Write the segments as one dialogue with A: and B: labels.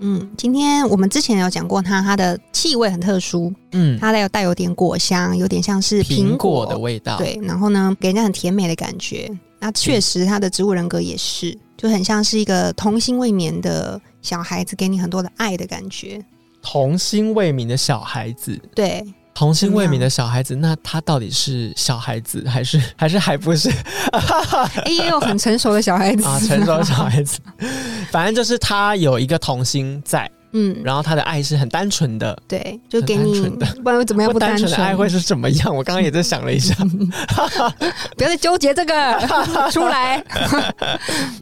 A: 嗯，今天我们之前有讲过它，它的气味很特殊，
B: 嗯，
A: 它带有带有点果香，有点像是苹
B: 果
A: 果
B: 的味道，，
A: 对，然后呢，给人家很甜美的感觉。那确实，它的植物人格也是，就很像是一个童心未眠的小孩子，给你很多的爱的感觉。
B: 童心未泯的小孩子，
A: 对，
B: 童心未泯的小孩子，
A: 嗯
B: 那他到底是小孩子还是 还是 还不是
A: 哎、也有很成熟的小 孩子
B: 啊？成熟的小，孩子，反正就是他有一个童心在，
A: 嗯，
B: 然后他的爱是很单 纯的，
A: 对，就
B: 很
A: 给
B: 单
A: 你
B: 纯的，
A: 不然怎么样
B: 不
A: 不
B: 单
A: 单
B: 纯的爱会是怎么样？我刚刚也在想了 一下，
A: 不要再纠结这 个出来。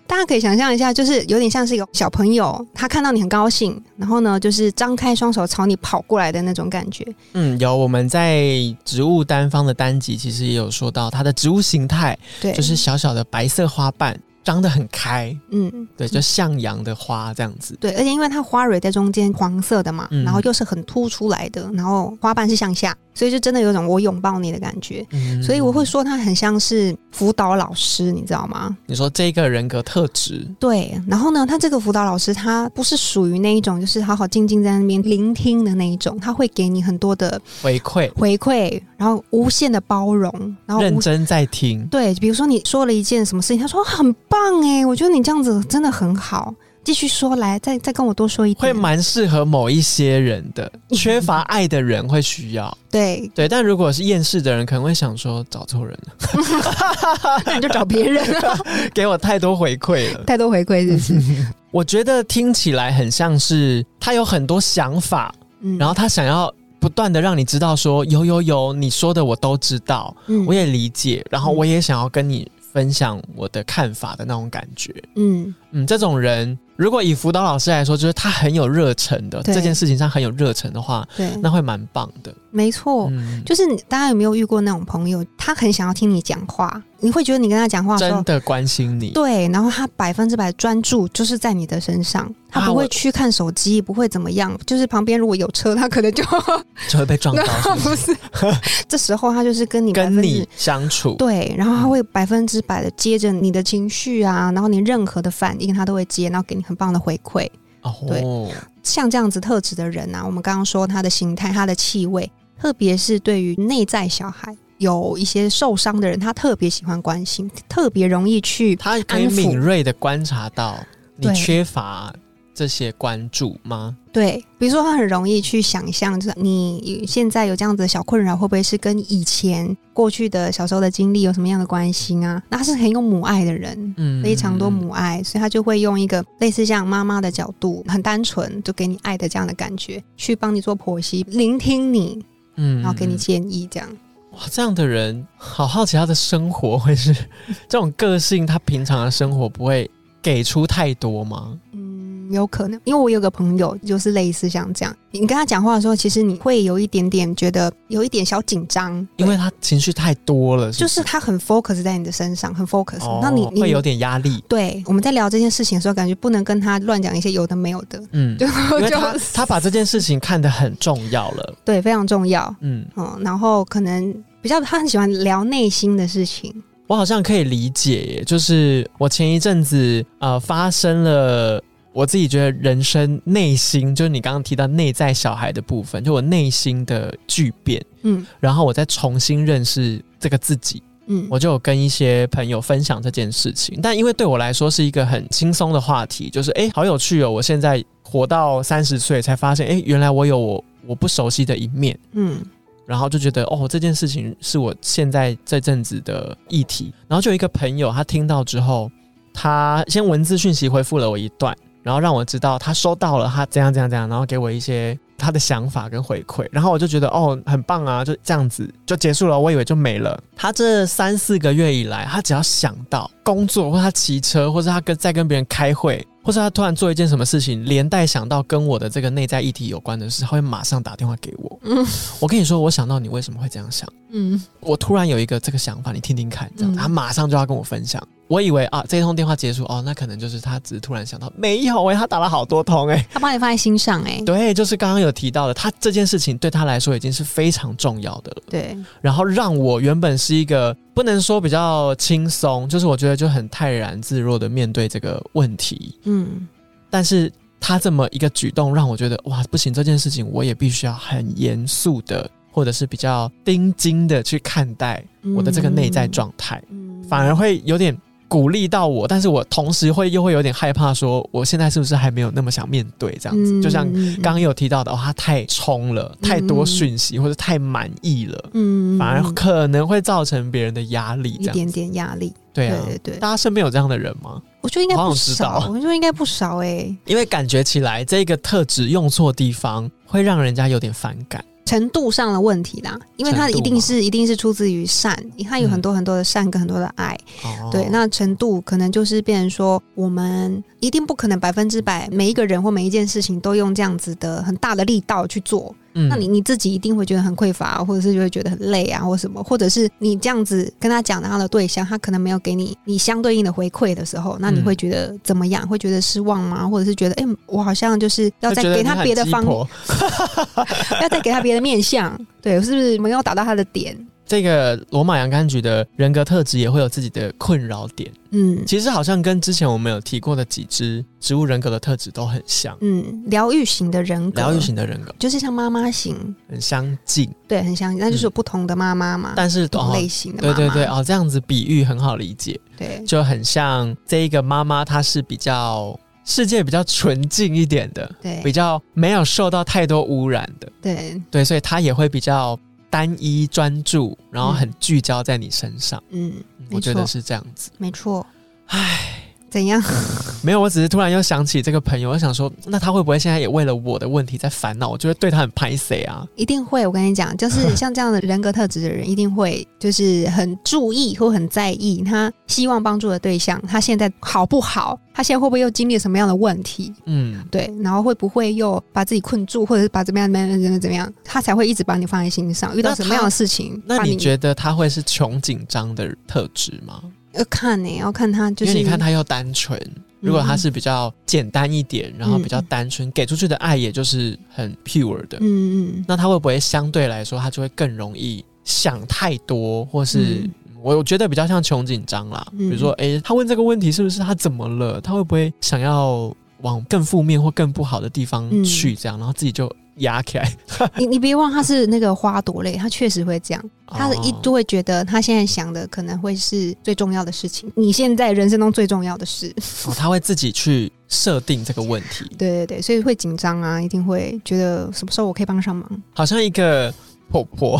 A: 大家可以想象一下，就是有点像是一个小朋友，他看到你很高兴，然后呢，就是张开双手朝你跑过来的那种感觉。
B: 嗯，有我们在植物单方的单集其实也有说到，它的植物形态
A: 对，
B: 就是小小的白色花瓣，张得很开，
A: 嗯，
B: 对，就向阳的花这样子。
A: 对，而且因为它花蕊在中间黄色的嘛，
B: 嗯
A: 然后又是很凸出来的，然后花瓣是向下，所以就真的有种我拥抱你的感觉。
B: 嗯
A: 所以我会说它很像是辅导老师，你知道吗？
B: 你说这个人格特质，
A: 对，然后呢，他这个辅导老师他不是属于那一种，就是好好静静在那边聆听的那一种，他会给你很多的
B: 回馈，
A: 回馈，然后无限的包容，然后
B: 认
A: 无
B: 真在听，
A: 对，比如说你说了一件什么事情，他说哦很棒哎，我觉得你这样子真的很好，继续说来，再再跟我多说一
B: 会
A: 点，
B: 蛮适合某一些人的，
A: 嗯
B: 缺乏爱的人会需要。
A: 对，
B: 对，但如果是厌世的人，可能会想说找错人了，
A: 那你就找别 人啊，
B: 给我太多回馈了。
A: 太多回馈是不是？
B: 我觉得听起来很像是他有很多想法，
A: 嗯
B: 然后他想要不断的让你知道说有有有，你说的我都知道，
A: 嗯
B: 我也理解，然后我也想要跟你分享我的看法的那种感觉。
A: 嗯
B: 嗯，这种人如果以辅导老师来说，就是他很有热忱的，
A: 对
B: 这件事情上很有热忱的话，
A: 对，
B: 那会蛮棒的。
A: 没错。
B: 嗯，
A: 哦就是你大家有没有遇过那种朋友，他很想要听你讲话，你会觉得你跟他讲话的时候
B: 真，的关心你。
A: 对，然后他百分之百专注就是在你的身上，他
B: 啊
A: 不
B: 我
A: 会去看手机，不会怎么样。就是旁边如果有车，他可能 就
B: 就会被撞到，是
A: 不
B: 不 是？
A: 是。这时候他就是跟你百
B: 跟
A: 分之
B: 你相处，
A: 对，然后他会百分之百的接着你的情绪啊，然后你任何的反应他都会接，然后给你很棒的回馈。对
B: 哦，
A: 像这样子特质的人啊，我们刚刚说他的形态、他的气味，特别是对于内在小孩有一些受伤的人，他特别喜欢关心，特别容易去
B: 他可以
A: 安抚
B: 敏锐的观察到你
A: 对
B: 缺乏这些关注吗？
A: 对，比如说他很容易去想象，就是你现在有这样子的小困扰，会不会是跟以前过去的小时候的经历有什么样的关系啊？那他是很有母爱的人。
B: 嗯
A: 非常多母爱，所以他就会用一个类似像妈妈的角度，很单纯，就给你爱的这样的感觉，去帮你做剖析、聆听你，
B: 嗯
A: 然后给你
B: 嗯
A: 建议，这样。
B: 哇，这样的人好好奇他的生活会是这种个性，他平常的生活不会给出太多吗？
A: 嗯，有可能，因为我有个朋友就是类似像这样，你跟他讲话的时候，其实你会有一点点觉得有一点小紧张，
B: 因为他情绪太多了，
A: 就是是他很 focus 在你的身上，很 focus、
B: 不是
A: 那你
B: 哦
A: 你
B: 会有点压力，
A: 对我们在聊这件事情的时候，感觉不能跟他乱讲一些有的没有 的，
B: 嗯，
A: 就
B: 因为
A: 就
B: 他他把这件事情看得很重要了，
A: 对非常重要。
B: 嗯，
A: 嗯，然后可能比较他很喜欢聊内心的事情。
B: 我好像可以理解耶，就是我前一阵子呃发生了。我自己觉得人生内心就是你刚刚提到内在小孩的部分，就我内心的巨变，
A: 嗯
B: 然后我再重新认识这个自己，
A: 嗯，
B: 我就有跟一些朋友分享这件事情，但因为对我来说是一个很轻松的话题，就是诶，好有趣哦！我现在活到三十岁才发现，诶，原来我有我我不熟悉的一面，
A: 嗯
B: 然后就觉得哦，这件事情是我现在这阵子的议题。然后就有一个朋友，他听到之后，他先文字讯息回复了我一段，然后让我知道他收到了，他怎样怎样怎样，然后给我一些他的想法跟回馈。然后我就觉得哦，很棒啊，就这样子就结束了，我以为就没了。他这三四个月以来，他只要想到工作，或他骑车，或是他跟在跟别人开会。或或是他突然做一件什么事情，连带想到跟我的这个内在议题有关的事，他会马上打电话给我。
A: 嗯
B: 我跟你说，我想到你为什么会这样想，
A: 嗯，
B: 我突然有一个这个想法，你听听看，这样
A: 嗯
B: 子，他马上就要跟我分享。我以为啊，这一通电话结束哦，那可能就是他只是突然想到，没有哎、他打了好多通哎、
A: 他把你放在心上哎、
B: 对，就是刚刚有提到的，他这件事情对他来说已经是非常重要的了。
A: 对，
B: 然后让我原本是一个不能说比较轻松，就是我觉得就很泰然自若的面对这个问题，
A: 嗯，
B: 但是他这么一个举动让我觉得哇不行，这件事情我也必须要很严肃的，或者是比较盯紧的去看待我的这个内在状态，
A: 嗯嗯，嗯
B: 反而会有点。鼓励到我，但是我同时会又会有点害怕，说我现在是不是还没有那么想面对这样子？
A: 嗯
B: 就像刚刚有提到的，哦，他太冲了，太多讯息，或者太满意了，
A: 嗯，嗯
B: 反而
A: 嗯
B: 可能会造成别人的压力，
A: 一
B: 这样
A: 点
B: 子。
A: 点压力，
B: 对
A: 对
B: 啊，
A: 对对，
B: 大家身边有这样的人吗？
A: 我觉得应该
B: 好
A: 不
B: 想知道
A: 少，我觉得应该不少哎、
B: 因为感觉起来这个特质用错地方，会让人家有点反感。
A: 程度上的问题啦，因为它
B: 程度
A: 一
B: 嘛
A: 定是一定是出自于善，它有
B: 嗯
A: 很多很多的善跟很多的爱，
B: 哦，
A: 对，那程度可能就是变成说，我们一定不可能百分之百每一个人或每一件事情都用这样子的很大的力道去做，
B: 嗯
A: 那你你自己一定会觉得很匮乏，或者是就会觉得很累啊，或什么，或者是你这样子跟他讲他的对象，他可能没有给你你相对应的回馈的时候，那你
B: 嗯
A: 会觉得怎么样？会觉得失望吗？或者是觉得，哎、我好像就是要
B: 就
A: 再
B: 觉得
A: 给
B: 你
A: 他
B: 很
A: 别的
B: 鸡
A: 方，
B: 婆
A: 要再给他别的面 相，对，是不是没有打到他的点？
B: 这个罗马洋甘菊的人格特质也会有自己的困扰点。
A: 嗯
B: 其实好像跟之前我们有提过的几只植物人格的特质都很像，
A: 嗯，疗愈型的人格，
B: 疗愈型的人格
A: 就是像妈妈型，
B: 很相近，
A: 对，很像，那就是有不同的妈妈嘛，
B: 嗯但是
A: 不啊同
B: 哦
A: 类型的
B: 对
A: 妈嗯
B: 对
A: 妈，
B: 对哦，这样子比喻很好理解。
A: 对
B: 就很像这一个妈妈，她是比较世界比较纯净一点的，比
A: 对
B: 较没有受到太多污染的，
A: 对，
B: 对，所以她也会比较单一专注，然后很聚焦在你身上。
A: 嗯，
B: 我觉
A: 没
B: 得
A: 错
B: 是这样子。
A: 没错，
B: 唉，
A: 怎样？
B: 没有，我只是突然又想起这个朋友，我想说，那他会不会现在也为了我的问题在烦恼？我就会对他很拍谁啊？
A: 一定会，我跟你讲，就是 像这样的人格特质的人，一定会就是很注意或很在意他希望帮助的对象，他现在好不好，他现在会不会又经历了什么样的问题，
B: 嗯，
A: 对，然后会不会又把自己困住，或者是把怎么样怎么样怎么样怎么样，他才会一直把你放在心上，遇到
B: 那
A: 什么样
B: 他
A: 的事情，
B: 那
A: 把
B: 你觉得他会是穷紧张的特质吗？
A: 要呃看呢、要看他就是嗯
B: 因为你看他又单纯，如果他是比较简单一点，然后比较单纯，给出去的爱也就是很 pure 的，
A: 嗯嗯
B: 那他会不会相对来说他就会更容易想太多，或是、
A: 嗯
B: 我我觉得比较像穷紧张啦，
A: 嗯
B: 比如说诶，他问这个问题是不是他怎么了，他会不会想要往更负面或更不好的地方
A: 嗯
B: 去，这样，然后自己就压起来，
A: 你你别忘他是那个花朵类，他确实会这样， 他的一
B: 哦
A: 就会觉得他现在想的可能会是最重要的事情，你现在人生中最重要的事。
B: 哦他会自己去设定这个问题，
A: 对对对，所以会紧张啊，一定会觉得什么时候我可以帮上忙。
B: 好像一个 婆婆，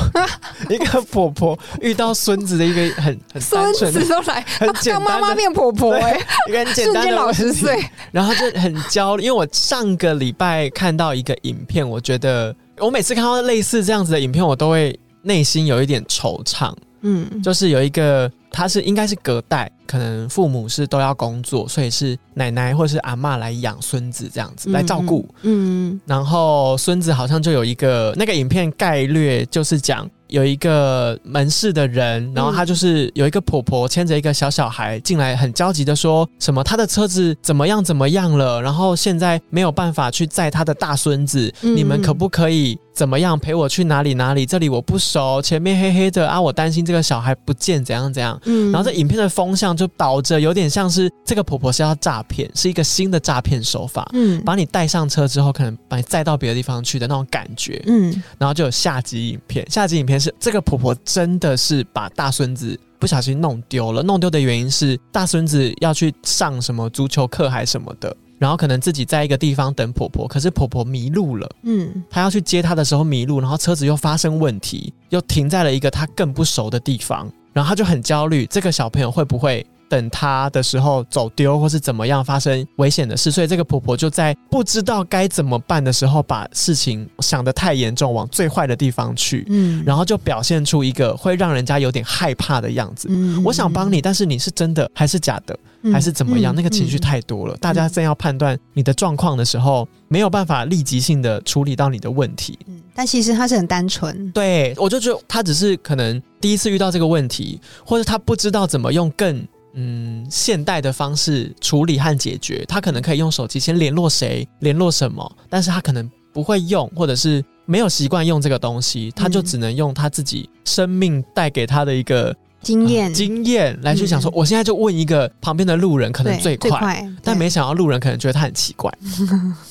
B: 一个婆婆遇到孙子的一个很很单纯、
A: 都来，
B: 很简
A: 让妈
B: 单
A: 妈
B: 的
A: 变婆婆
B: 对
A: 哎、
B: 一个很简
A: 瞬
B: 单
A: 间
B: 的
A: 老
B: 问
A: 十
B: 题，
A: 岁。
B: 然后就很焦虑。因为我上个礼拜看到一个影片，我觉得我每次看到类似这样子的影片，我都会内心有一点惆怅。
A: 嗯，
B: 就是有一个，他是应该是隔代，可能父母是都要工作，所以是奶奶或是阿嬷来养孙子这样子来照顾。
A: 嗯。嗯
B: 然后孙子好像就有一个那个影片概略，就是讲有一个门市的人，然后他就是有一个婆婆牵着一个小小孩进来，很焦急的说什么他的车子怎么样怎么样了，然后现在没有办法去载他的大孙子，
A: 嗯
B: 你们可不可以怎么样陪我去哪里哪里？这里我不熟，前面黑黑的啊，我担心这个小孩不见怎样怎样。
A: 嗯
B: 然后这影片的风向就导着有点像是这个婆婆是要诈骗，是一个新的诈骗手法。
A: 嗯
B: 把你带上车之后，可能把你载到别的地方去的那种感觉，
A: 嗯
B: 然后就有下集影片。下集影片是这个婆婆真的是把大孙子不小心弄丢了，弄丢的原因是大孙子要去上什么足球课还什么的，然后可能自己在一个地方等婆婆，可是婆婆迷路了，
A: 嗯
B: 她要去接她的时候迷路，然后车子又发生问题，又停在了一个她更不熟的地方，然后她就很焦虑，这个小朋友会不会等他的时候走丢或是怎么样发生危险的事，所以这个婆婆就在不知道该怎么办的时候，把事情想得太严重，往最坏的地方去，
A: 嗯
B: 然后就表现出一个会让人家有点害怕的样子。
A: 嗯
B: 我想帮你，但是你是真的还是假的，还是怎么
A: 嗯
B: 样？那个情绪太多了，大家正要判断你的状况的时候，没有办法立即性的处理到你的问题。
A: 嗯，但其实他是很单纯，
B: 对我就觉得他只是可能第一次遇到这个问题，或者他不知道怎么用更嗯现代的方式处理和解决。他可能可以用手机先联络谁，联络什么，但是他可能不会用，或者是没有习惯用这个东西，他就
A: 嗯
B: 只能用他自己生命带给他的一个
A: 经验、
B: 呃经验来去想说，
A: 嗯
B: 我现在就问一个旁边的路人，可能
A: 对
B: 最
A: 最
B: 快。
A: 快，
B: 但
A: 对
B: 没想到路人可能觉得他很奇 怪，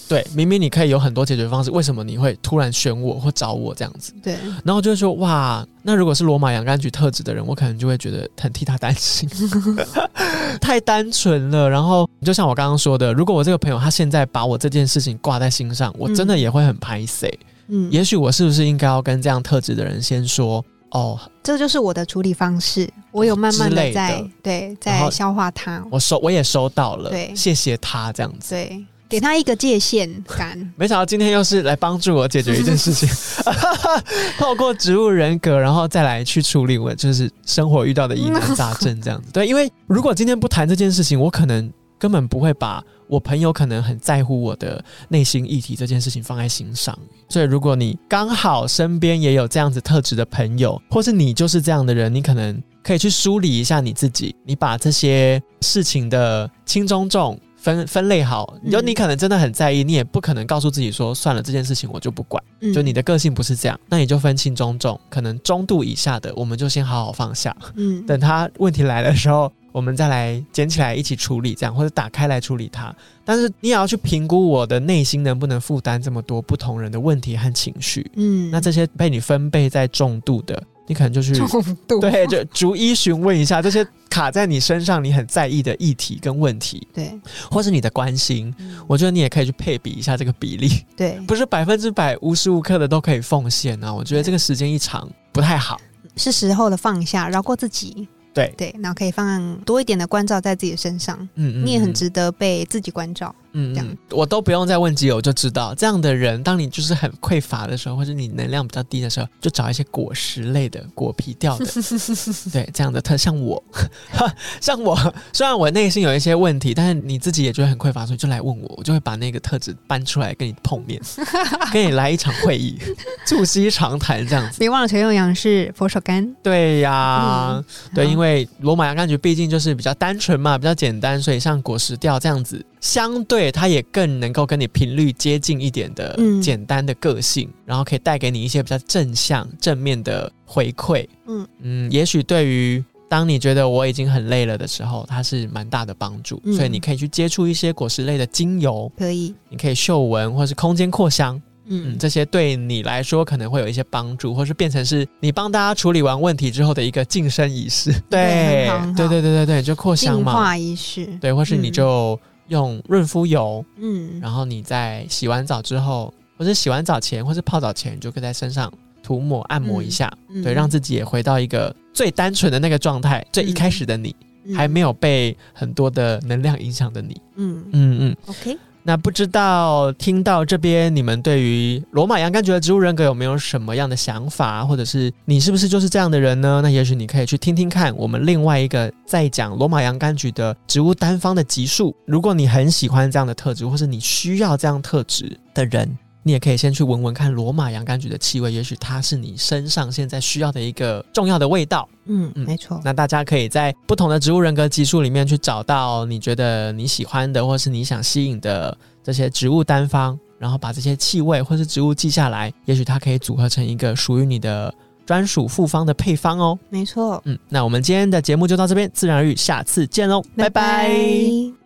B: 对，明明你可以有很多解决方式，为什么你会突然选我或找我这样子？
A: 对，
B: 然后就会说哇，那如果是罗马洋甘菊特质的人，我可能就会觉得很替他担 心，太单纯了。然后就像我刚刚说的，如果我这个朋友他现在把我这件事情挂在心上，我真的也会很拍 C、
A: 嗯，
B: 也许我是不是应该要跟这样特质的人先说哦，
A: 这就是我的处理方式，我有慢慢
B: 之
A: 的
B: 类的
A: 在对
B: 然
A: 在
B: 后
A: 消化它，
B: 我收我也收到了
A: 对，
B: 谢谢他这样子。，
A: 对，给他一个界限感
B: 没想到今天又是来帮助我解决一件事情， 透过植物人格，然后再来去处理我就是生活遇到的疑难杂症这样子。对，因为如果今天不谈这件事情，我可能根本不会把我朋友可能很在乎我的内心议题这件事情放在心上。所以，如果你刚好身边也有这样子特质的朋友，或是你就是这样的人，你可能可以去梳理一下你自己，你把这些事情的轻中重分分类好。
A: 嗯
B: 就你可能真的很在意，你也不可能告诉自己说算了，这件事情我就不管。
A: 嗯
B: 就你的个性不是这样，那你就分轻中重，可能中度以下的我们就先好好放下，
A: 嗯
B: 等他问题来的时候，我们再来捡起来一起处理，这样或者打开来处理它。但是你也要去评估我的内心能不能负担这么多不同人的问题和情绪。
A: 嗯
B: 那这些被你分配在重度的，你可 能就去
A: 重度
B: 嗯对，就逐一询问一下这些卡在你身上你很在意的议题跟问题，
A: 对
B: 或是你的关心。我觉得你也可以去配比一下这个比例，
A: 对
B: 不是百分之百无时无刻的都可以奉献啊。我觉得
A: 对
B: 这个时间一长不太好。
A: 是时候的放下，饶过自己。
B: 对
A: 对，然后可以放多一点的关照在自己的身上，
B: 嗯嗯，
A: 你也很
B: 嗯
A: 值得被自己关照。
B: 嗯，
A: 这样
B: 嗯我都不用再问基友就知道，这样的人，当你就是很匮乏的时候，或者你能量比较低的时候，就找一些果实类的、果皮 掉的，对，这样的特像我， 像我，虽然我内心有一些问题，但是你自己也觉得很匮乏，所以就来问我，我就会把那个特质搬出来跟你碰 面，跟你来一场会议，促膝长谈这样子。
A: 别忘了陈永阳是佛手柑，
B: 对呀、
A: 嗯
B: 对，因
A: 为
B: 为罗马洋甘菊毕竟就是比较单纯嘛，比较简单，所以像果实调这样子，相对它也更能够跟你频率接近一点的
A: 嗯
B: 简单的个性，然后可以带给你一些比较正向、正面的回馈。
A: 嗯
B: 嗯嗯，也许对于当你觉得我已经很累了的时候，它是蛮大的帮助，
A: 嗯
B: 所以你可以去接触一些果实类的精油，
A: 可以，
B: 你可以嗅闻或是空间扩香，嗯，
A: 嗯，
B: 这些对你来说可能会有一些帮助，或是变成是你帮大家处理完问题之后的一个晋升仪式。
A: 对很
B: 对
A: 好很，好
B: 对对对对对，就扩香
A: 净
B: 嘛，
A: 化仪式，
B: 对，或是你
A: 嗯
B: 就用润肤油，
A: 嗯，
B: 然后你在洗完澡之后，或是洗完澡前，或是泡澡前，你就可以在身上涂抹按摩一下，
A: 嗯
B: 对，让自己也回到一个最单纯的那个状态，最一开始的你，
A: 嗯
B: 还没
A: 有，
B: 有被很多的能量影响的你。
A: 嗯
B: 嗯嗯。
A: ，OK，
B: 那不知道听到这边，你们对于罗马洋甘菊的植物人格有没有什么样的想法，或者是你是不是就是这样的人呢？那也许你可以去听听看我们另外一个在讲罗马洋甘菊的植物单方的集数。如果你很喜欢这样的特质，或是你需要这样特质的人。你也可以先去闻闻看罗马洋甘菊的气味，也许它是你身上现在需要的一个重要的味道。
A: 嗯，
B: 嗯
A: 没错，
B: 那大家可以在不同的植物人格集数里面去找到你觉得你喜欢的，或是你想吸引的这些植物单方，然后把这些气味或是植物记下来，也许它可以组合成一个属于你的专属复方的配方哦。
A: 没错，
B: 哦嗯，那我们今天的节目就到这边，自然而语，下次见喽，拜拜
A: 拜